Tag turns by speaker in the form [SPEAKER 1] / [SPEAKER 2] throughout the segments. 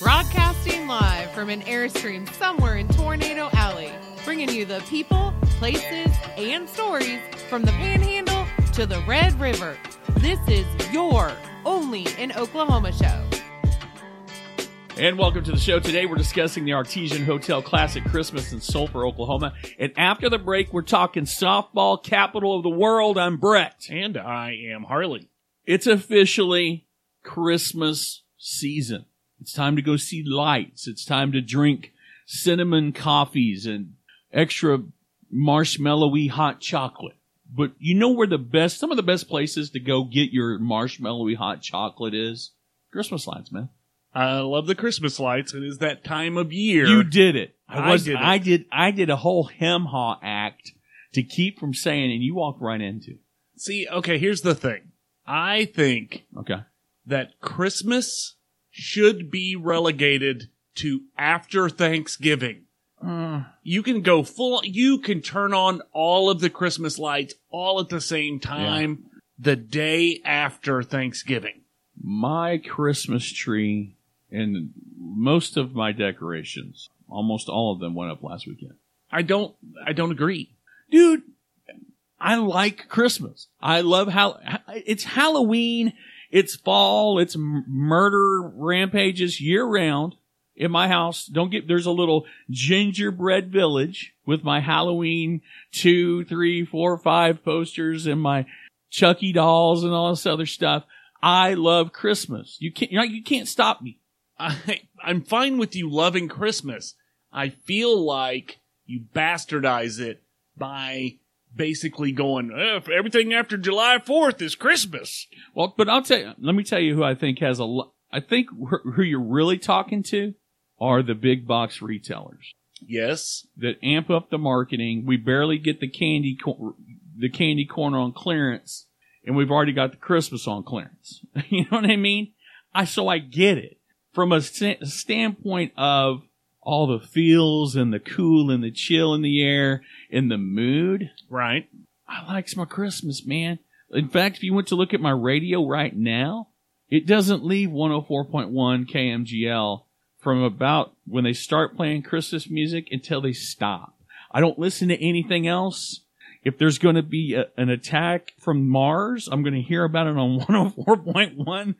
[SPEAKER 1] Broadcasting live from an Airstream somewhere in Tornado Alley, bringing you the people, places, and stories from the Panhandle to the Red River. This is your Only in Oklahoma show.
[SPEAKER 2] And welcome to the show. Today we're discussing the Artesian Hotel Classic Christmas in Sulphur, Oklahoma. And after the break, we're talking softball capital of the world. I'm Brett.
[SPEAKER 3] And I am Harley.
[SPEAKER 2] It's officially Christmas season. It's time to go see lights. It's time to drink cinnamon coffees and extra marshmallowy hot chocolate. But you know where the best, some of the best places to go get your marshmallowy hot chocolate is? Christmas lights, man.
[SPEAKER 3] I love the Christmas lights. It is that time of year.
[SPEAKER 2] You did it. I
[SPEAKER 3] I
[SPEAKER 2] was. I
[SPEAKER 3] did
[SPEAKER 2] did.
[SPEAKER 3] it.
[SPEAKER 2] I did. a whole hem haw act to keep from saying, and you walked right into. it.
[SPEAKER 3] See, okay, here's the thing. I think
[SPEAKER 2] Okay.
[SPEAKER 3] that Christmas should be relegated to after Thanksgiving.
[SPEAKER 2] Uh.
[SPEAKER 3] You can go full, you can turn on all of the Christmas lights all at the same time the day after Thanksgiving.
[SPEAKER 2] my Christmas tree and most of my decorations, almost all of them, went up last weekend.
[SPEAKER 3] I don't, I don't agree.
[SPEAKER 2] dude i like christmas i love how it's halloween it's fall it's m- murder rampages year round in my house don't get there's a little gingerbread village with my halloween two three four five posters and my chucky dolls and all this other stuff i love christmas you can't you're not, you can't stop me
[SPEAKER 3] I, I'm fine with you loving Christmas. I feel like you bastardize it by basically going, "Eh, everything after July 4th is Christmas.
[SPEAKER 2] Well, but I'll tell you, let me tell you who I think has a lo- I think wh- who you're really talking to are the big box retailers
[SPEAKER 3] Yes.
[SPEAKER 2] that amp up the marketing. We barely get the candy, cor- the candy corner on clearance and we've already got the Christmas on clearance. you know what I mean? I, so I get it from a st- standpoint of all the feels and the cool and the chill in the air and the mood.
[SPEAKER 3] Right.
[SPEAKER 2] I likes my Christmas, man. In fact, if you went to look at my radio right now, it doesn't leave 104.1 KMGL from about when they start playing Christmas music until they stop. I don't listen to anything else. If there's going to be a, an attack from Mars, I'm going to hear about it on 104.1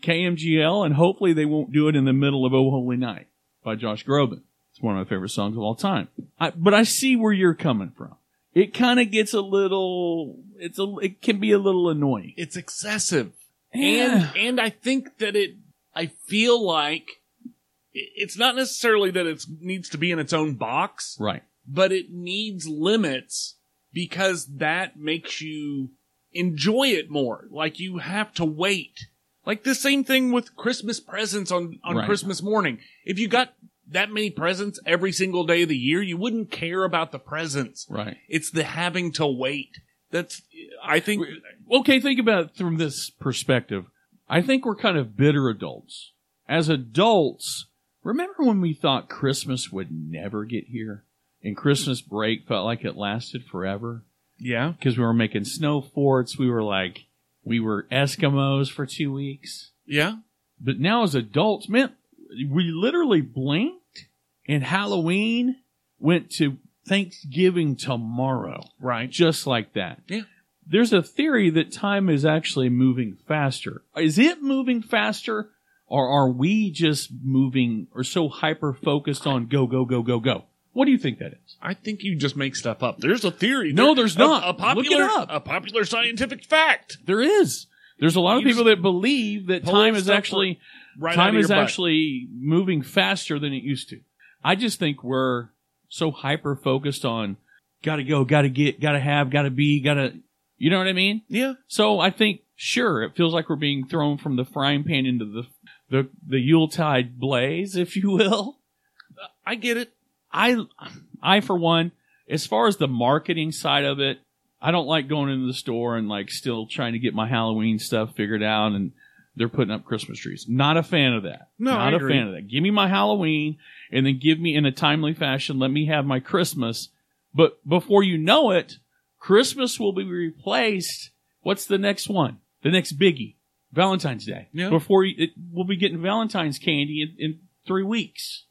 [SPEAKER 2] KMGL, and hopefully they won't do it in the middle of Oh Holy Night by Josh Groban. It's one of my favorite songs of all time. I, but I see where you're coming from it kind of gets a little it's a it can be a little annoying
[SPEAKER 3] It's excessive.
[SPEAKER 2] and
[SPEAKER 3] And, and I think that it, I feel like i- it's not necessarily that it needs to be in its own box.
[SPEAKER 2] right
[SPEAKER 3] but it needs limits because that makes you enjoy it more. Like you have to wait. Like the same thing with Christmas presents on, on
[SPEAKER 2] Right.
[SPEAKER 3] Christmas morning. If you got that many presents every single day of the year, you wouldn't care about the presents.
[SPEAKER 2] right
[SPEAKER 3] It's the having to wait. That's, I think,
[SPEAKER 2] okay think about it from this perspective i think we're kind of bitter adults as adults remember when we thought christmas would never get here and christmas break felt like it lasted forever
[SPEAKER 3] yeah.
[SPEAKER 2] because we were making snow forts we were like we were eskimos for two weeks
[SPEAKER 3] Yeah.
[SPEAKER 2] But now as adults, man, we literally blinked and Halloween went to Thanksgiving tomorrow.
[SPEAKER 3] Right.
[SPEAKER 2] Just like that.
[SPEAKER 3] Yeah.
[SPEAKER 2] There's a theory that time is actually moving faster. Is it moving faster or are we just moving or so hyper focused on go, go, go, go, go? What do you think that is?
[SPEAKER 3] I think you just make stuff up. There's a theory.
[SPEAKER 2] No, there's
[SPEAKER 3] a-
[SPEAKER 2] not.
[SPEAKER 3] A
[SPEAKER 2] Look it
[SPEAKER 3] popular,
[SPEAKER 2] up.
[SPEAKER 3] a popular scientific fact.
[SPEAKER 2] There is. There's a lot of
[SPEAKER 3] You
[SPEAKER 2] people that believe that
[SPEAKER 3] pull
[SPEAKER 2] time is
[SPEAKER 3] stuff
[SPEAKER 2] actually
[SPEAKER 3] Right. out
[SPEAKER 2] time
[SPEAKER 3] of
[SPEAKER 2] is
[SPEAKER 3] your butt.
[SPEAKER 2] actually moving faster than it used to. I just think we're so hyper focused on gotta go, gotta get, gotta have, gotta be, gotta, you know what I mean?
[SPEAKER 3] Yeah.
[SPEAKER 2] So I think, sure, it feels like we're being thrown from the frying pan into the, the, the Yuletide blaze, if you will.
[SPEAKER 3] I get it.
[SPEAKER 2] I, I for one, as far as the marketing side of it, I don't like going into the store and like still trying to get my Halloween stuff figured out and they're putting up Christmas trees. Not a fan of that.
[SPEAKER 3] No,
[SPEAKER 2] not a
[SPEAKER 3] I agree.
[SPEAKER 2] fan of that. Give me my Halloween and then give me in a timely fashion. Let me have my Christmas. But before you know it, Christmas will be replaced. What's the next one? The next biggie, Valentine's Day.
[SPEAKER 3] Yeah.
[SPEAKER 2] Before you, it, we'll be getting Valentine's candy in, in three weeks.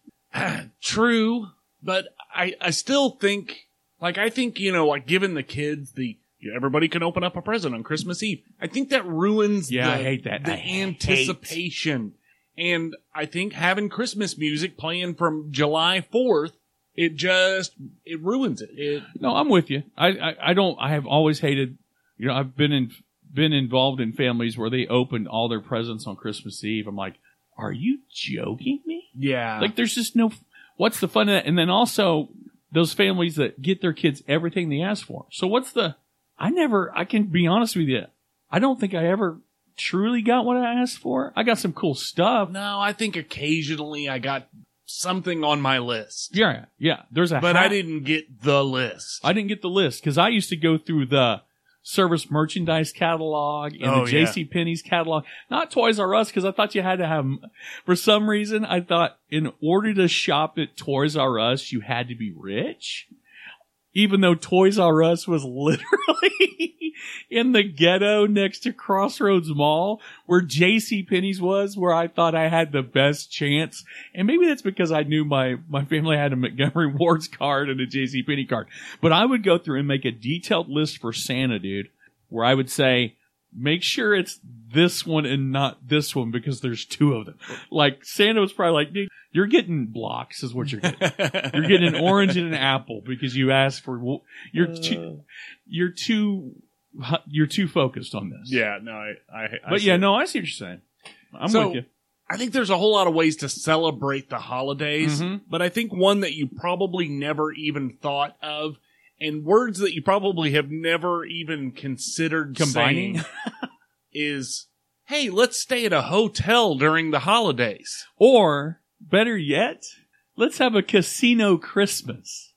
[SPEAKER 3] True, but I, I still think, like, I think, you know, like, giving the kids the, you know, everybody can open up a present on Christmas Eve. I think that ruins
[SPEAKER 2] Yeah,
[SPEAKER 3] the,
[SPEAKER 2] I hate that.
[SPEAKER 3] the
[SPEAKER 2] I hate-
[SPEAKER 3] anticipation. And I think having Christmas music playing from July 4th, it just, it ruins it. It,
[SPEAKER 2] No, I'm with you. I, I, I don't. I have always hated. You know, I've been in been involved in families where they opened all their presents on Christmas Eve. I'm like, are you joking me?
[SPEAKER 3] yeah.
[SPEAKER 2] Like, there's just no. What's the fun of that? And then also those families that get their kids everything they ask for. So what's the? I never. I can be honest with you. I don't think I ever truly got what I asked for. I got some cool stuff.
[SPEAKER 3] no, I think occasionally I got something on my list,
[SPEAKER 2] Yeah, yeah. There's a.
[SPEAKER 3] but I
[SPEAKER 2] hat.
[SPEAKER 3] didn't get the list.
[SPEAKER 2] I didn't get the list because I used to go through the service merchandise catalog and
[SPEAKER 3] Oh,
[SPEAKER 2] the
[SPEAKER 3] yeah.
[SPEAKER 2] JC Penney's catalog, not Toys R Us, because I thought you had to have. For some reason, I thought in order to shop at Toys R Us, you had to be rich. Even though Toys R Us was literally in the ghetto next to Crossroads Mall, where JC Penney's was, where I thought I had the best chance. And maybe that's because I knew my, my family had a Montgomery Ward's card and a JC Penney card. But I would go through and make a detailed list for Santa, dude, where I would say, make sure it's this one and not this one because there's two of them. Like Santa was probably like, dude, you're getting blocks is what you're getting. You're getting an orange and an apple because you asked for, wo- you're too, you're too, hu- you're too focused on this.
[SPEAKER 3] Yeah, no, I, I, I
[SPEAKER 2] But
[SPEAKER 3] see
[SPEAKER 2] yeah,
[SPEAKER 3] it.
[SPEAKER 2] no, I see what you're saying. I'm
[SPEAKER 3] So-
[SPEAKER 2] with you.
[SPEAKER 3] I think there's a whole lot of ways to celebrate the holidays,
[SPEAKER 2] Mhm.
[SPEAKER 3] but I think one that you probably never even thought of and words that you probably have never even considered
[SPEAKER 2] Combining?
[SPEAKER 3] saying is hey, let's stay at a hotel during the holidays.
[SPEAKER 2] Or better yet, let's have a casino Christmas.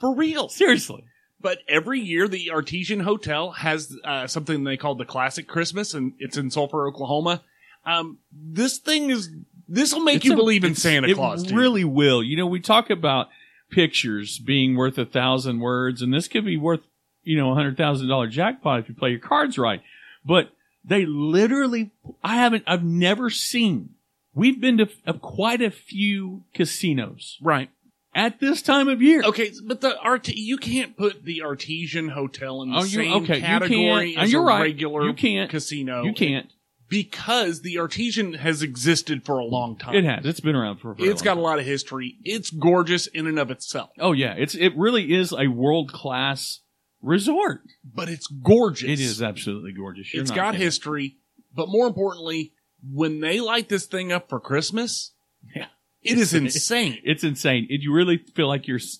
[SPEAKER 3] For real.
[SPEAKER 2] Seriously.
[SPEAKER 3] But every year, the Artesian Hotel has uh, something they call the Classic Christmas, and it's in Sulphur, Oklahoma. Um, this thing is this will make
[SPEAKER 2] It's
[SPEAKER 3] you
[SPEAKER 2] a-
[SPEAKER 3] believe in
[SPEAKER 2] it's-
[SPEAKER 3] Santa Claus.
[SPEAKER 2] It
[SPEAKER 3] dude.
[SPEAKER 2] really will. You know, we talk about pictures being worth a thousand words, and this could be worth, you know, a hundred thousand dollar jackpot if you play your cards right. But they literally, I haven't, I've never seen. We've been to uh, quite a few casinos
[SPEAKER 3] right?
[SPEAKER 2] at this time of year.
[SPEAKER 3] Okay, but the art you can't put the Artesian Hotel in the
[SPEAKER 2] Oh, you-
[SPEAKER 3] same
[SPEAKER 2] okay, you
[SPEAKER 3] category
[SPEAKER 2] can't. Uh,
[SPEAKER 3] as
[SPEAKER 2] you're
[SPEAKER 3] a
[SPEAKER 2] right.
[SPEAKER 3] regular
[SPEAKER 2] You can't.
[SPEAKER 3] casino.
[SPEAKER 2] you can't.
[SPEAKER 3] because the Artesian has existed for a long time.
[SPEAKER 2] It has. It's been around for. a very
[SPEAKER 3] It's
[SPEAKER 2] long
[SPEAKER 3] got a lot of history. It's gorgeous in and of itself,
[SPEAKER 2] Oh yeah, it's it really is a world class resort.
[SPEAKER 3] but it's gorgeous.
[SPEAKER 2] It is absolutely gorgeous. You're
[SPEAKER 3] It's
[SPEAKER 2] not
[SPEAKER 3] got
[SPEAKER 2] kidding.
[SPEAKER 3] history, but more importantly, when they light this thing up for Christmas,
[SPEAKER 2] Yeah.
[SPEAKER 3] it is insane.
[SPEAKER 2] It's insane. It, you really feel like you're. s-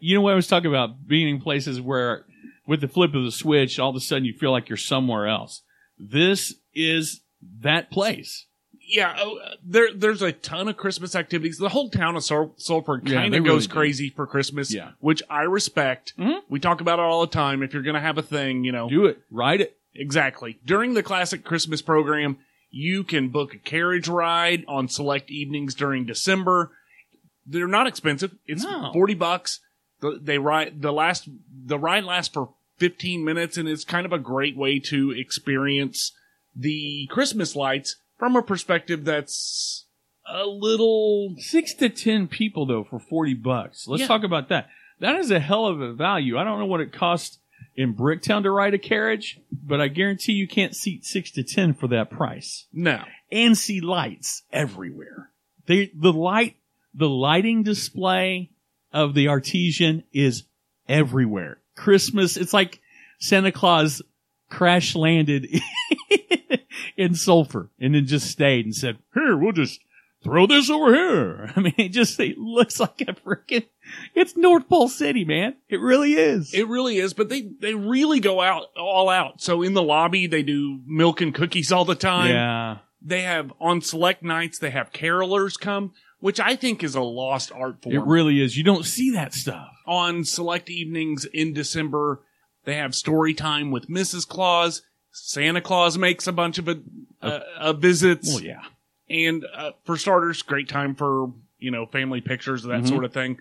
[SPEAKER 2] You know what I was talking about? Being in places where, with the flip of the switch, all of a sudden you feel like you're somewhere else. This is that place.
[SPEAKER 3] yeah, oh, uh, there there's a ton of Christmas activities. The whole town of Sul- Sulphur
[SPEAKER 2] Yeah,
[SPEAKER 3] kind
[SPEAKER 2] they
[SPEAKER 3] of
[SPEAKER 2] really
[SPEAKER 3] goes
[SPEAKER 2] do.
[SPEAKER 3] crazy for Christmas,
[SPEAKER 2] Yeah.
[SPEAKER 3] which I respect.
[SPEAKER 2] Mhm.
[SPEAKER 3] We talk about it all the time. If you're going to have a thing, you know,
[SPEAKER 2] Do it. Ride it.
[SPEAKER 3] exactly. During the classic Christmas program, you can book a carriage ride on select evenings during December. They're not expensive. It's
[SPEAKER 2] No.
[SPEAKER 3] 40 bucks. The, they ride the last the ride lasts for 15 minutes and it's kind of a great way to experience the Christmas lights from a perspective that's a little
[SPEAKER 2] Six to ten people though for forty bucks. Let's
[SPEAKER 3] Yeah.
[SPEAKER 2] talk about that. That is a hell of a value. I don't know what it costs in Bricktown to ride a carriage, but I guarantee you can't seat six to ten for that price.
[SPEAKER 3] no.
[SPEAKER 2] and see lights everywhere. They, the light, the lighting display of the artesian is everywhere. Christmas, it's like Santa Claus crash landed in Sulphur and then just stayed and said, here, we'll just throw this over here. I mean, it just, it looks like a freaking, it's North Pole City, man. It really is.
[SPEAKER 3] It really is, but they they really go out all out. So in the lobby they do milk and cookies all the time.
[SPEAKER 2] yeah.
[SPEAKER 3] they have on select nights they have carolers come which i think is a lost art form
[SPEAKER 2] It really is. You don't see that stuff.
[SPEAKER 3] on select evenings in december they have story time with mrs claus santa claus makes a bunch of a, uh, uh, visits
[SPEAKER 2] Well, Oh. yeah.
[SPEAKER 3] and uh, for starters great time for you know family pictures that
[SPEAKER 2] Mhm.
[SPEAKER 3] sort of thing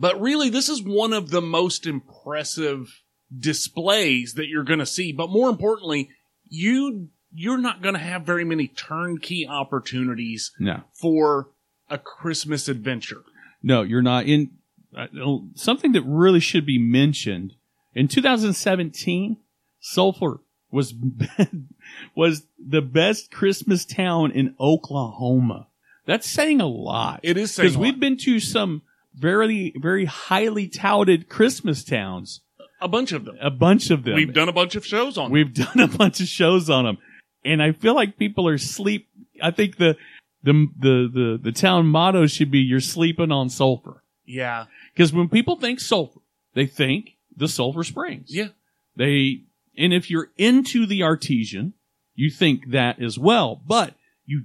[SPEAKER 3] but really this is one of the most impressive displays that you're going to see but more importantly you you're not going to have very many turnkey opportunities
[SPEAKER 2] No.
[SPEAKER 3] for a Christmas adventure.
[SPEAKER 2] No, you're not in uh, something that really should be mentioned. In 2017, Sulphur was was the best Christmas town in Oklahoma. That's saying a lot.
[SPEAKER 3] It is saying
[SPEAKER 2] because
[SPEAKER 3] a lot.
[SPEAKER 2] we've been to some very very highly touted Christmas towns,
[SPEAKER 3] a bunch of them.
[SPEAKER 2] a bunch of them.
[SPEAKER 3] We've done a bunch of shows on.
[SPEAKER 2] We've done a bunch of shows on them, and I feel like people are sleep. I think the the the the, the town motto should be "You're sleeping on sulfur,"
[SPEAKER 3] yeah,
[SPEAKER 2] because when people think sulfur, they think the sulfur springs.
[SPEAKER 3] yeah,
[SPEAKER 2] They and if you're into the artesian, you think that as well. But you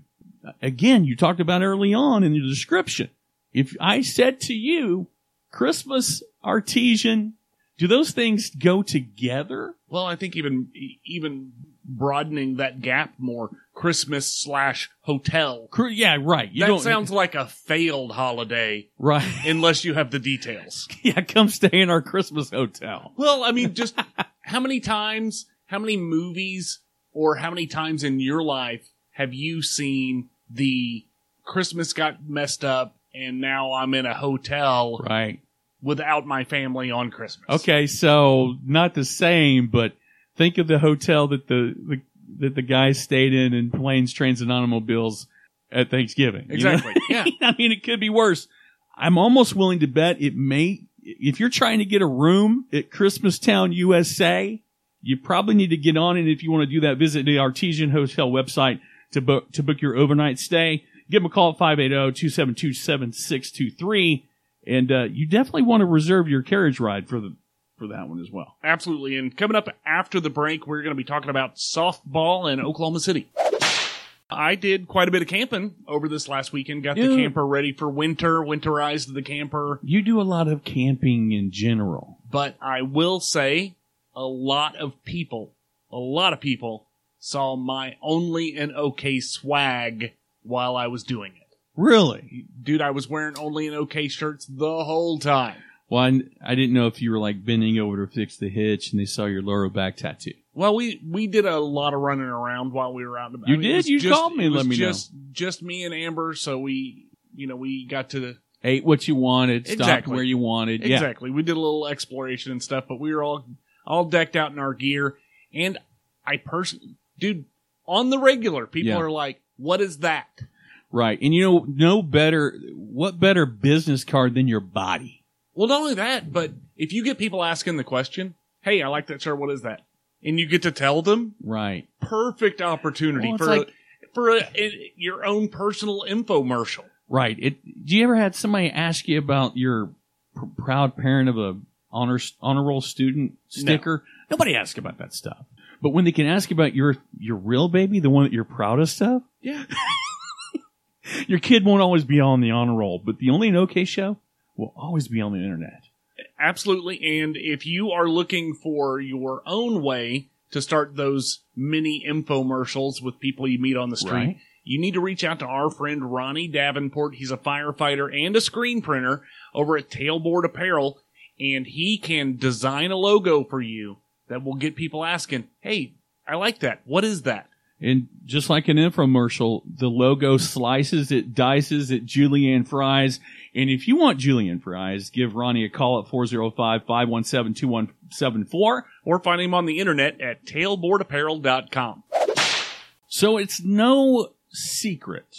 [SPEAKER 2] again, you talked about early on in your description. If I said to you, Christmas artesian, do those things go together?
[SPEAKER 3] Well, I think even e, even broadening that gap more, Christmas slash hotel.
[SPEAKER 2] Cr- Yeah, right. You
[SPEAKER 3] that
[SPEAKER 2] don't,
[SPEAKER 3] sounds like a failed holiday
[SPEAKER 2] right.
[SPEAKER 3] unless you have the details.
[SPEAKER 2] yeah, come stay in our Christmas hotel.
[SPEAKER 3] Well, I mean, just how many times, how many movies, or how many times in your life have you seen the Christmas got messed up and now I'm in a hotel
[SPEAKER 2] Right.
[SPEAKER 3] without my family on Christmas?
[SPEAKER 2] Okay, so not the same, but think of the hotel that the, the that the guys stayed in in planes, trains, and automobiles at Thanksgiving. you know?
[SPEAKER 3] Exactly. Yeah.
[SPEAKER 2] I mean, it could be worse. I'm almost willing to bet it may. If you're trying to get a room at Christmastown, USA, you probably need to get on it. If you want to do that, visit the Artesian Hotel website to book to book your overnight stay. Give them a call at 580-272-7623. And uh, you definitely want to reserve your carriage ride for the for that one as well.
[SPEAKER 3] Absolutely. And coming up after the break, we're going to be talking about softball in Oklahoma City. I did quite a bit of camping over this last weekend. Got the
[SPEAKER 2] Yeah.
[SPEAKER 3] camper ready for winter, winterized the camper.
[SPEAKER 2] You do a lot of camping in general.
[SPEAKER 3] But I will say a lot of people, a lot of people saw my only and okay swag while I was doing it.
[SPEAKER 2] Really?
[SPEAKER 3] Dude, I was wearing only and okay shirts the whole time.
[SPEAKER 2] Well, I, I didn't know if you were like bending over to fix the hitch and they saw your lower back tattoo.
[SPEAKER 3] Well, we we did a lot of running around while we were out and about.
[SPEAKER 2] You
[SPEAKER 3] I mean, it
[SPEAKER 2] did?
[SPEAKER 3] was
[SPEAKER 2] You called me
[SPEAKER 3] it
[SPEAKER 2] and
[SPEAKER 3] was
[SPEAKER 2] let me know.
[SPEAKER 3] just, Just me and Amber, so we you know we got to
[SPEAKER 2] ate what you wanted, stopped
[SPEAKER 3] Exactly.
[SPEAKER 2] where you wanted. Yeah.
[SPEAKER 3] exactly. We did a little exploration and stuff, but we were all all decked out in our gear. And I personally, dude, on the regular, people
[SPEAKER 2] Yeah.
[SPEAKER 3] are like, "What is that?"
[SPEAKER 2] Right. And you know, no better, what better business card than your body?
[SPEAKER 3] Well, not only that, but if you get people asking the question, "Hey, I like that shirt. What is that?" and you get to tell them,
[SPEAKER 2] Right.
[SPEAKER 3] perfect opportunity
[SPEAKER 2] Well, it's
[SPEAKER 3] for
[SPEAKER 2] like-
[SPEAKER 3] a, for a, a, your own personal infomercial.
[SPEAKER 2] Right. It, do you ever had somebody ask you about your pr- proud parent of a honor, honor roll student sticker? Nobody asks about that stuff. But when they can ask about your, your real baby, the one that you're proudest of,
[SPEAKER 3] Yeah.
[SPEAKER 2] your kid won't always be on the honor roll, but the only an okay show will always be on the internet.
[SPEAKER 3] Absolutely. And if you are looking for your own way to start those mini infomercials with people you meet on the street,
[SPEAKER 2] Right.
[SPEAKER 3] you need to reach out to our friend Ronnie Davenport. He's a firefighter and a screen printer over at Tailboard Apparel, and he can design a logo for you that will get people asking, Hey, I like that. What is that?
[SPEAKER 2] And just like an infomercial, the logo slices it, dices it, julienne fries. And if you want julienne fries, give Ronnie a call at 405-517-2174.
[SPEAKER 3] Or find him on the internet at tailboardapparel.com.
[SPEAKER 2] So it's no secret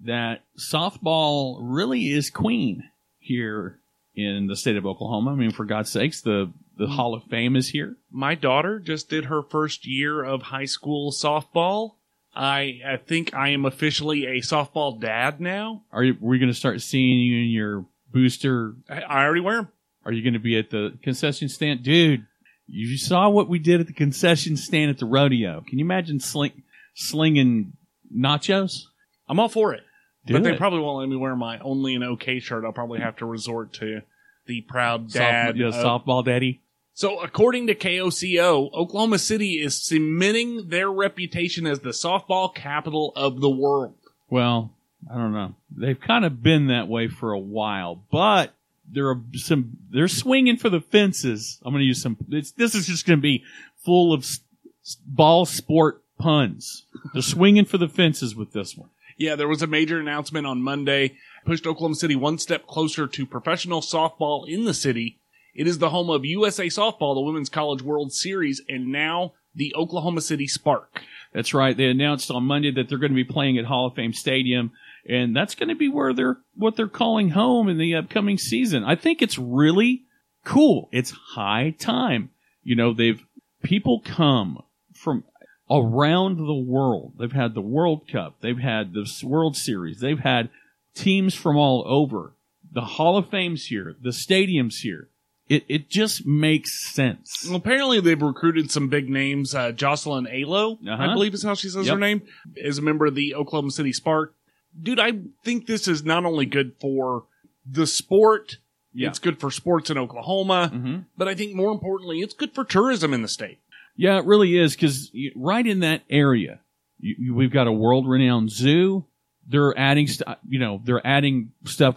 [SPEAKER 2] that softball really is queen here in the state of Oklahoma. I mean, for God's sakes, the, the Hall of Fame is here.
[SPEAKER 3] my daughter just did her first year of high school softball. I, I think I am officially a softball dad now.
[SPEAKER 2] Are you, we going to start seeing you in your booster
[SPEAKER 3] I, I already wear them.
[SPEAKER 2] Are you going to be at the concession stand? Dude, you saw what we did at the concession stand at the rodeo. Can you imagine sling, slinging nachos?
[SPEAKER 3] I'm all for it.
[SPEAKER 2] Do
[SPEAKER 3] but they
[SPEAKER 2] it.
[SPEAKER 3] probably won't let me wear my only an okay shirt. I'll probably have to resort to the proud
[SPEAKER 2] Soft-
[SPEAKER 3] dad.
[SPEAKER 2] yeah,
[SPEAKER 3] of-
[SPEAKER 2] softball daddy.
[SPEAKER 3] So according to KOCO, Oklahoma City is cementing their reputation as the softball capital of the world.
[SPEAKER 2] Well, I don't know. They've kind of been that way for a while, but there are some, they're swinging for the fences. I'm going to use some, it's, this is just going to be full of s- s- ball sport puns. They're swinging for the fences with this one.
[SPEAKER 3] Yeah, there was a major announcement on Monday. Pushed Oklahoma City one step closer to professional softball in the city. It is the home of USA Softball, the Women's College World Series, and now the Oklahoma City Spark.
[SPEAKER 2] That's right. They announced on Monday that they're going to be playing at Hall of Fame Stadium, and that's going to be where they're what they're calling home in the upcoming season. I think it's really cool. It's high time. You know, they've people come from around the world. They've had the World Cup, they've had the World Series, they've had teams from all over. The Hall of Fame's here, the stadium's here. It it just makes sense.
[SPEAKER 3] Well, apparently, they've recruited some big names. Uh, Jocelyn Alo,
[SPEAKER 2] Uh-huh.
[SPEAKER 3] I believe is how she says
[SPEAKER 2] Yep.
[SPEAKER 3] her name, is a member of the Oklahoma City Spark. Dude, I think this is not only good for the sport,
[SPEAKER 2] Yeah.
[SPEAKER 3] it's good for sports in Oklahoma,
[SPEAKER 2] Mhm.
[SPEAKER 3] but I think more importantly, it's good for tourism in the state.
[SPEAKER 2] Yeah, it really is because right in that area, you, you- we've got a world-renowned zoo. They're adding, st- you know, they're adding stuff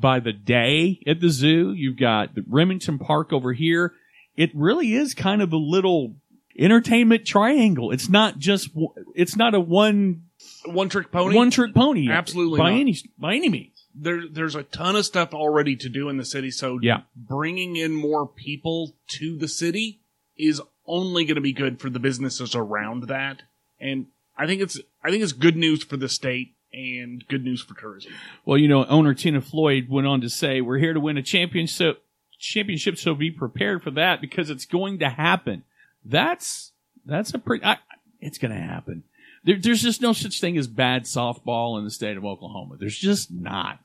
[SPEAKER 2] by the day at the zoo. You've got the Remington Park over here. It really is kind of a little entertainment triangle. It's not just, w- it's not a one
[SPEAKER 3] One trick pony.
[SPEAKER 2] one trick pony.
[SPEAKER 3] Absolutely
[SPEAKER 2] by
[SPEAKER 3] not.
[SPEAKER 2] any by any means.
[SPEAKER 3] there, there's a ton of stuff already to do in the city. So
[SPEAKER 2] Yeah.
[SPEAKER 3] bringing in more people to the city is only going to be good for the businesses around that. And I think it's, I think it's good news for the state and good news for tourism.
[SPEAKER 2] Well, you know, owner Tina Floyd went on to say, "We're here to win a championship. Championship, so be prepared for that because it's going to happen. That's that's a pretty. I, it's going to happen. There, there's just no such thing as bad softball in the state of Oklahoma. There's just not.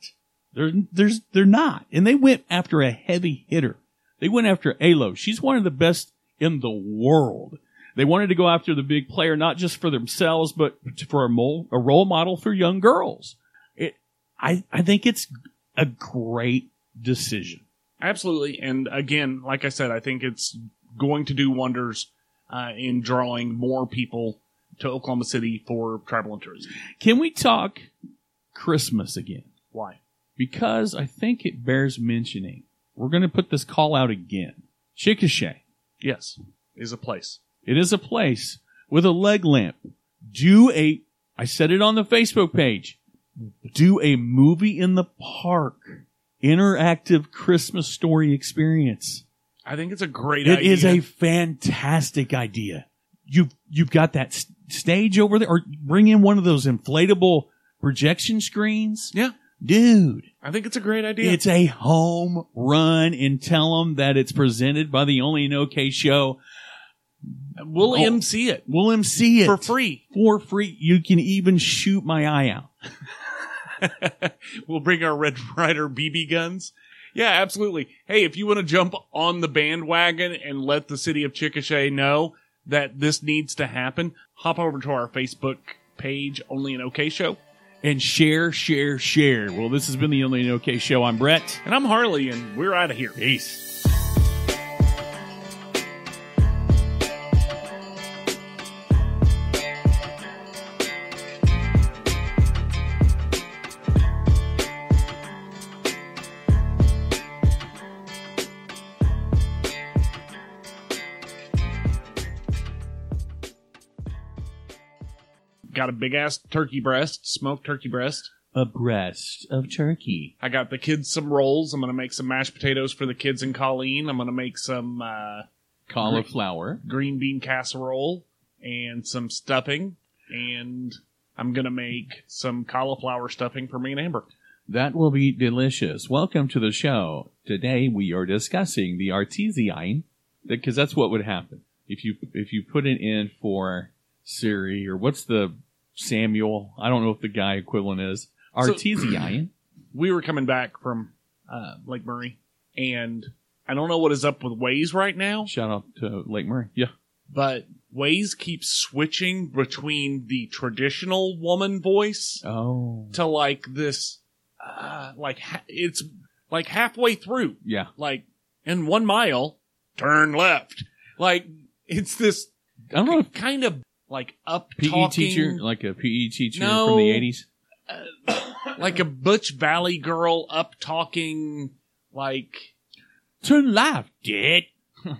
[SPEAKER 2] There, there's they're not. And they went after a heavy hitter. They went after Alo. She's one of the best in the world. They wanted to go after the big player, not just for themselves, but for a, mo- a role model for young girls. It, I, I think it's a great decision.
[SPEAKER 3] Absolutely. And again, like I said, I think it's going to do wonders uh, in drawing more people to Oklahoma City for travel and tourism.
[SPEAKER 2] Can we talk Christmas again?
[SPEAKER 3] Why?
[SPEAKER 2] Because I think it bears mentioning. We're going to put this call out again. Chickasha.
[SPEAKER 3] Yes, is a place.
[SPEAKER 2] It is a place with a leg lamp. Do a, I said it on the Facebook page, do a movie in the park, interactive Christmas story experience.
[SPEAKER 3] I think it's a great
[SPEAKER 2] It
[SPEAKER 3] idea.
[SPEAKER 2] is a fantastic idea. You've, you've got that s- stage over there or bring in one of those inflatable projection screens.
[SPEAKER 3] Yeah.
[SPEAKER 2] Dude,
[SPEAKER 3] I think it's a great idea.
[SPEAKER 2] it's a home run and tell them that it's presented by the only and okay show.
[SPEAKER 3] we'll
[SPEAKER 2] Oh.
[SPEAKER 3] MC it
[SPEAKER 2] We'll MC it
[SPEAKER 3] for free.
[SPEAKER 2] for free. You can even shoot my eye out.
[SPEAKER 3] we'll bring our Red Rider BB guns. Yeah, absolutely. Hey, if you want to jump on the bandwagon and let the city of Chickasha know that this needs to happen, hop over to our Facebook page, Only an OK Show.
[SPEAKER 2] And share, share, share. Well, this has been the Only and Okay Show. I'm Brett.
[SPEAKER 3] And I'm Harley, and we're out of here. Peace. Got a big ass turkey breast, smoked turkey breast.
[SPEAKER 2] A breast of turkey.
[SPEAKER 3] I got the kids some rolls. I'm gonna make some mashed potatoes for the kids and Colleen. I'm gonna make some uh,
[SPEAKER 2] Cauliflower.
[SPEAKER 3] green bean casserole and some stuffing, and I'm gonna make some cauliflower stuffing for me and Amber.
[SPEAKER 2] That will be delicious. Welcome to the show. Today we are discussing the artesian, because that's what would happen if you if you put it in for Siri or what's the Samuel? I don't know if the guy equivalent is
[SPEAKER 3] So-
[SPEAKER 2] artesian.
[SPEAKER 3] We were coming back from uh, Lake Murray, and I don't know what is up with Waze right now,
[SPEAKER 2] Shout out to Lake Murray. Yeah.
[SPEAKER 3] but Waze keeps switching between the traditional woman voice
[SPEAKER 2] Oh.
[SPEAKER 3] to like this, uh, like ha- it's like halfway through.
[SPEAKER 2] Yeah.
[SPEAKER 3] like in one mile, turn left. Like it's this
[SPEAKER 2] I don't know if
[SPEAKER 3] kind of like up
[SPEAKER 2] PE
[SPEAKER 3] talking,
[SPEAKER 2] E teacher, like a PE teacher
[SPEAKER 3] No.
[SPEAKER 2] from the eighties.
[SPEAKER 3] like a Butch Valley girl up talking, like
[SPEAKER 2] Turn left, dick.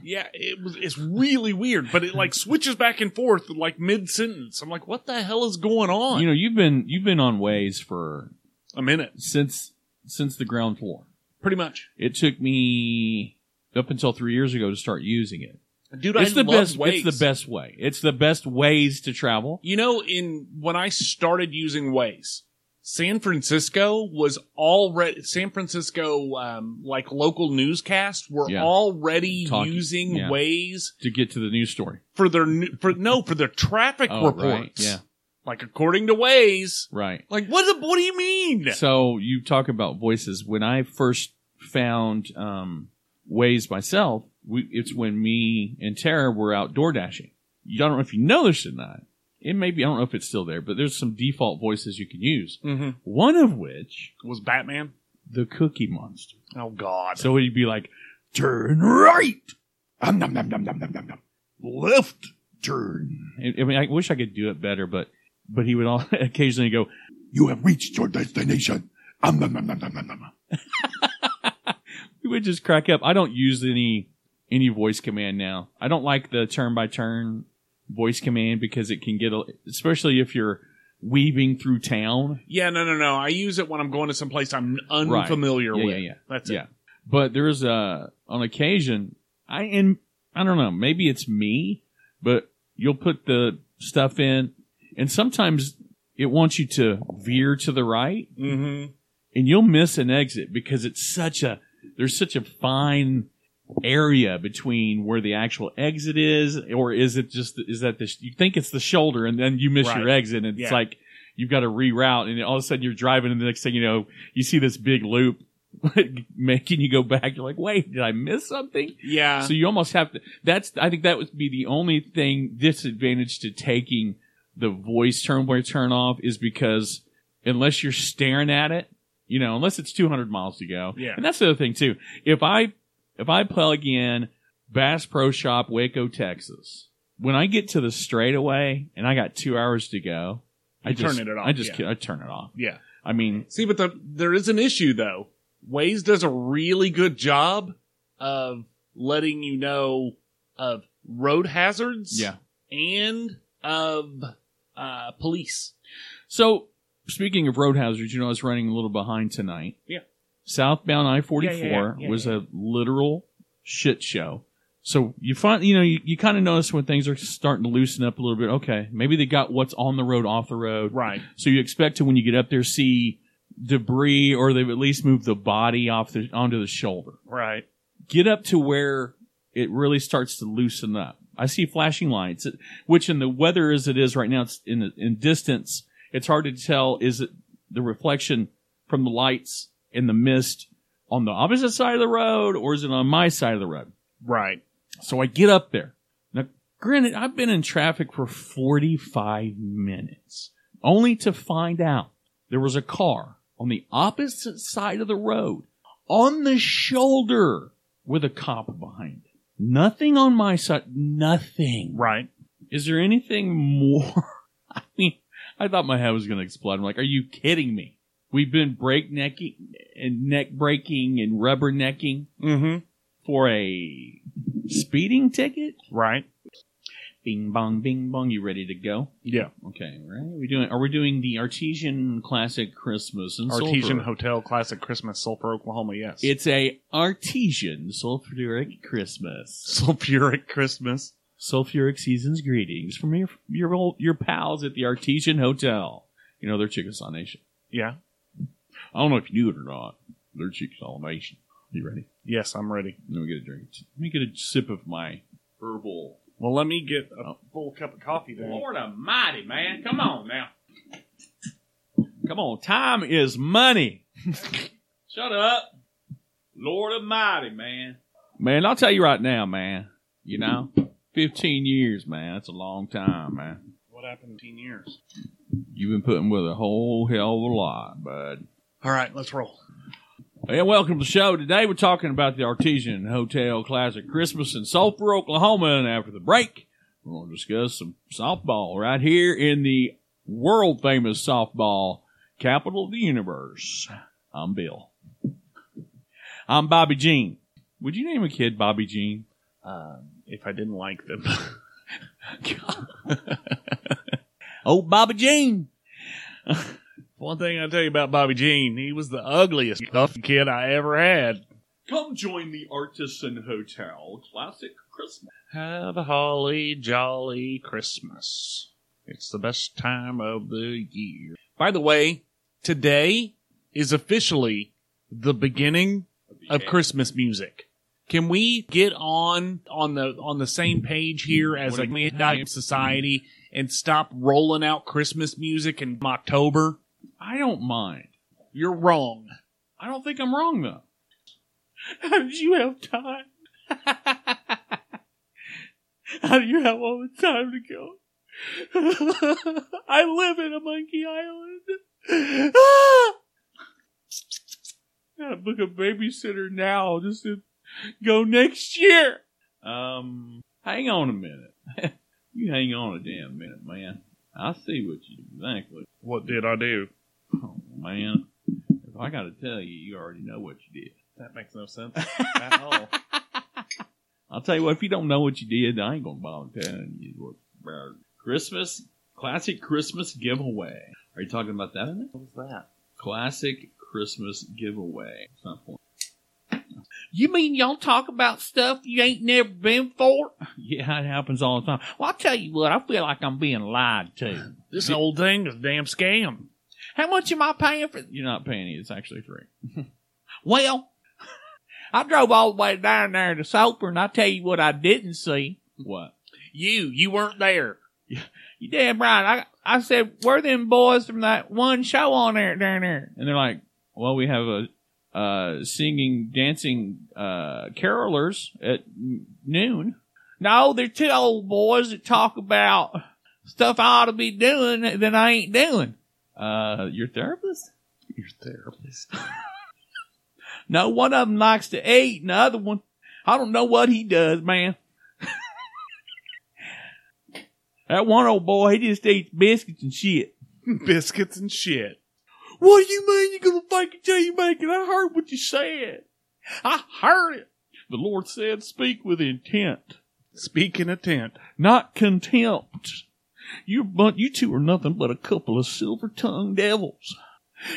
[SPEAKER 3] yeah, it was. It's really weird, but it like switches back and forth like mid sentence. I'm like, what the hell is going on?
[SPEAKER 2] You know, you've been you've been on ways for
[SPEAKER 3] a minute,
[SPEAKER 2] since since the ground floor.
[SPEAKER 3] pretty much.
[SPEAKER 2] It took me up until three years ago to start using it.
[SPEAKER 3] Dude,
[SPEAKER 2] It's the
[SPEAKER 3] I love
[SPEAKER 2] best.
[SPEAKER 3] Waze.
[SPEAKER 2] It's the best way. It's the best ways to travel.
[SPEAKER 3] You know, in when I started using Waze, San Francisco was already San Francisco um, like local newscasts were
[SPEAKER 2] Yeah.
[SPEAKER 3] already
[SPEAKER 2] Talking,
[SPEAKER 3] using
[SPEAKER 2] yeah.
[SPEAKER 3] Waze
[SPEAKER 2] To get to the news story,
[SPEAKER 3] for their new- for no for their traffic
[SPEAKER 2] Oh,
[SPEAKER 3] reports.
[SPEAKER 2] right, yeah.
[SPEAKER 3] like according to Waze.
[SPEAKER 2] right?
[SPEAKER 3] Like what? the- What do you mean?
[SPEAKER 2] So you talk about voices. When I first found um, Waze myself, we, it's when me and Tara were out door dashing. You don't know if you know this or not. It may be. I don't know if it's still there, but there's some default voices you can use.
[SPEAKER 3] Mhm.
[SPEAKER 2] One of which,
[SPEAKER 3] Was Batman?
[SPEAKER 2] the Cookie Monster.
[SPEAKER 3] Oh God!
[SPEAKER 2] So he'd be like, "Turn right."
[SPEAKER 4] Um, nom, nom, nom, nom, nom, nom, nom. Left turn.
[SPEAKER 2] I I mean, I wish I could do it better, but but he would all, occasionally go,
[SPEAKER 4] You have reached your destination. Um, nom, nom, nom, nom, nom, nom, nom.
[SPEAKER 2] we would just crack up. I don't use any any voice command now. I don't like the turn by turn voice command because it can get a, especially if you're weaving through town.
[SPEAKER 3] yeah, no, no, no. I use it when I'm going to some place I'm
[SPEAKER 2] Right.
[SPEAKER 3] unfamiliar
[SPEAKER 2] Yeah,
[SPEAKER 3] with.
[SPEAKER 2] yeah, yeah.
[SPEAKER 3] That's it.
[SPEAKER 2] yeah. But there's a on occasion I and I don't know, maybe it's me, but you'll put the stuff in and sometimes it wants you to veer to the right
[SPEAKER 3] Mm-hmm.
[SPEAKER 2] and you'll miss an exit because it's such a there's such a fine area between where the actual exit is or is it just is that the you think it's the shoulder and then you miss
[SPEAKER 3] Right.
[SPEAKER 2] your exit and it's
[SPEAKER 3] Yeah.
[SPEAKER 2] like you've got to reroute and all of a sudden you're driving and the next thing you know you see this big loop making you go back you're like wait did i miss something
[SPEAKER 3] Yeah.
[SPEAKER 2] so you almost have to that's i think that would be the only thing disadvantage to taking the voice turn by turn off is because unless you're staring at it you know unless it's 200 miles to go
[SPEAKER 3] Yeah.
[SPEAKER 2] and that's the other thing too if i if i plug in bass pro shop waco texas when i get to the straightaway and i got two hours to go i
[SPEAKER 3] You turn
[SPEAKER 2] just
[SPEAKER 3] it off,
[SPEAKER 2] i just
[SPEAKER 3] yeah.
[SPEAKER 2] i turn it off
[SPEAKER 3] yeah.
[SPEAKER 2] i mean
[SPEAKER 3] See, but the, there is an issue though. Waze does a really good job of letting you know of road hazards,
[SPEAKER 2] yeah
[SPEAKER 3] and of uh, police.
[SPEAKER 2] so speaking of road hazards you know i was running a little behind tonight
[SPEAKER 3] Yeah.
[SPEAKER 2] southbound I forty
[SPEAKER 3] Yeah, yeah,
[SPEAKER 2] four
[SPEAKER 3] yeah, yeah,
[SPEAKER 2] was a
[SPEAKER 3] yeah.
[SPEAKER 2] literal shit show. So you find you know you, you kind of notice when things are starting to loosen up a little bit. Okay, maybe they got what's on the road off the road.
[SPEAKER 3] Right.
[SPEAKER 2] So you expect to when you get up there see debris or they've at least moved the body off the onto the shoulder.
[SPEAKER 3] Right.
[SPEAKER 2] Get up to where it really starts to loosen up. I see flashing lights, it- which in the weather as it is right now, it's in in distance. It's hard to tell. Is it the reflection from the lights in the mist on the opposite side of the road, or is it on my side of the road?
[SPEAKER 3] Right.
[SPEAKER 2] So I get up there. Now, granted, I've been in traffic for 45 minutes, only to find out there was a car on the opposite side of the road, on the shoulder, with a cop behind it. Nothing on my side. Nothing.
[SPEAKER 3] Right.
[SPEAKER 2] Is there anything more? I mean, I thought my head was going to explode. I'm like, are you kidding me? We've been breaknecking and neck breaking and rubbernecking
[SPEAKER 3] Mm-hmm.
[SPEAKER 2] for a speeding ticket.
[SPEAKER 3] Right.
[SPEAKER 2] Bing bong, bing bong. You ready to go?
[SPEAKER 3] Yeah.
[SPEAKER 2] Okay, right. We doing? Are we doing the Artesian Classic Christmas and
[SPEAKER 3] Artesian
[SPEAKER 2] Sulphur?
[SPEAKER 3] Hotel Classic Christmas, Sulphur, Oklahoma. Yes.
[SPEAKER 2] It's a Artesian Sulfuric Christmas.
[SPEAKER 3] sulphuric Christmas.
[SPEAKER 2] Sulfuric season's greetings from your your old, your pals at the Artesian Hotel. You know they're Chickasaw Nation.
[SPEAKER 3] Yeah.
[SPEAKER 2] I don't know if you knew it or not. They're Chickasaw Nation. You ready?
[SPEAKER 3] Yes, I'm ready.
[SPEAKER 2] Let me get a drink. Let me get a sip of my herbal.
[SPEAKER 3] Well, let me get a full cup of coffee then.
[SPEAKER 2] Almighty, man! Come on now. Come on, time is money. Shut up, Lord Almighty, man. Man, I'll tell you right now, man. You know, fifteen years, man. That's a long time, man.
[SPEAKER 3] What happened in 10 years?
[SPEAKER 2] You've been putting with a whole hell of a lot, bud.
[SPEAKER 3] All right, let's roll.
[SPEAKER 2] And welcome to the show. Today we're talking about the Artesian Hotel Classic Christmas in Sulphur, Oklahoma. And after the break, we're going to discuss some softball right here in the world famous softball capital of the universe. I'm Bill. I'm Bobby Jean. Would you name a kid Bobby Jean?
[SPEAKER 3] um, if I didn't like them.
[SPEAKER 2] Oh, Baba Jean.
[SPEAKER 3] One thing I tell you about Bobby Jean, he was the ugliest tough kid I ever had.
[SPEAKER 2] Come join the Artisan Hotel Classic Christmas.
[SPEAKER 3] Have a holly jolly Christmas. It's the best time of the year. By the way, today is officially the beginning of Christmas music. Can we get on on the on the same page here as a midnight society and stop rolling out Christmas music in October?
[SPEAKER 2] I don't mind.
[SPEAKER 3] You're wrong.
[SPEAKER 2] I don't think I'm wrong though.
[SPEAKER 3] How did you have time? How do you have all the time to kill? I live in a monkey island.
[SPEAKER 2] Gotta book a babysitter now just to go next year. Um, hang on a minute. you hang on a damn minute, man. I see what you exactly.
[SPEAKER 3] What did I do?
[SPEAKER 2] Oh man, if I gotta tell you, you already know what you did.
[SPEAKER 3] That makes no sense at all.
[SPEAKER 2] I'll tell you what, if you don't know what you did, I ain't gonna bother telling you what. bro. Christmas, classic Christmas giveaway. Are you talking about that? In it?
[SPEAKER 3] What was that?
[SPEAKER 2] Classic Christmas giveaway. It's not for-
[SPEAKER 4] You mean y'all talk about stuff you ain't never been for?
[SPEAKER 2] Yeah, it happens all the time.
[SPEAKER 4] Well, I tell you what, I feel like I'm being lied to.
[SPEAKER 3] This old thing is a damn scam.
[SPEAKER 4] How much am I paying for?
[SPEAKER 2] You're not paying it. It's actually free.
[SPEAKER 4] Well, I drove all the way down there to Soper, and I tell you what, I didn't see.
[SPEAKER 2] What?
[SPEAKER 3] You, you weren't there.
[SPEAKER 4] You damn right. I I said, where them boys from that one show on there down there?
[SPEAKER 2] And they're like, well, we have a uh, singing, dancing uh, carolers at n- noon.
[SPEAKER 4] No, they're two old boys that talk about stuff I ought to be doing that I ain't doing.
[SPEAKER 2] Uh, your therapist?
[SPEAKER 3] Your therapist.
[SPEAKER 4] No, one of them likes to eat, and the other one, I don't know what he does, man. that one old boy, he just eats biscuits and shit.
[SPEAKER 3] Biscuits and shit.
[SPEAKER 4] What do you mean you gonna fake it till you make it? I heard what you said. I heard it.
[SPEAKER 2] The Lord said, speak with intent,
[SPEAKER 3] Speak in a tent.
[SPEAKER 2] not contempt. You, but you two are nothing but a couple of silver tongued devils.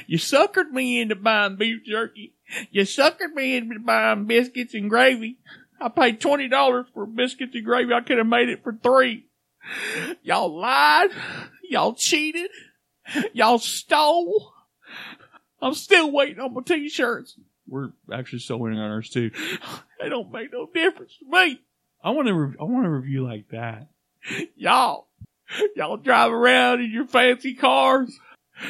[SPEAKER 4] You suckered me into buying beef jerky. You suckered me into buying biscuits and gravy. I paid twenty dollars for biscuits and gravy. I could have made it for three. Y'all lied. Y'all cheated. Y'all stole. I'm still waiting on my t-shirts.
[SPEAKER 2] We're actually still waiting on ours too.
[SPEAKER 4] They don't make no difference to me.
[SPEAKER 2] I want to, re- I want a review like that.
[SPEAKER 4] Y'all, y'all drive around in your fancy cars.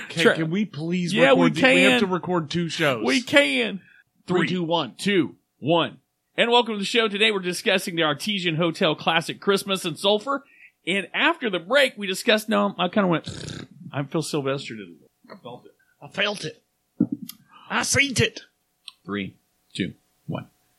[SPEAKER 3] Okay,
[SPEAKER 4] Tra-
[SPEAKER 3] can we please
[SPEAKER 4] Yeah,
[SPEAKER 3] record?
[SPEAKER 4] we
[SPEAKER 3] the-
[SPEAKER 4] can.
[SPEAKER 3] have to record two shows.
[SPEAKER 4] We can.
[SPEAKER 3] Three, two, one.
[SPEAKER 2] two, one. And welcome to the show. Today we're discussing the Artesian Hotel Classic Christmas in Sulphur. And after the break, we discussed. No, I kind of went. I feel Sylvester did a little.
[SPEAKER 3] I felt it. I seen it.
[SPEAKER 2] Three, two,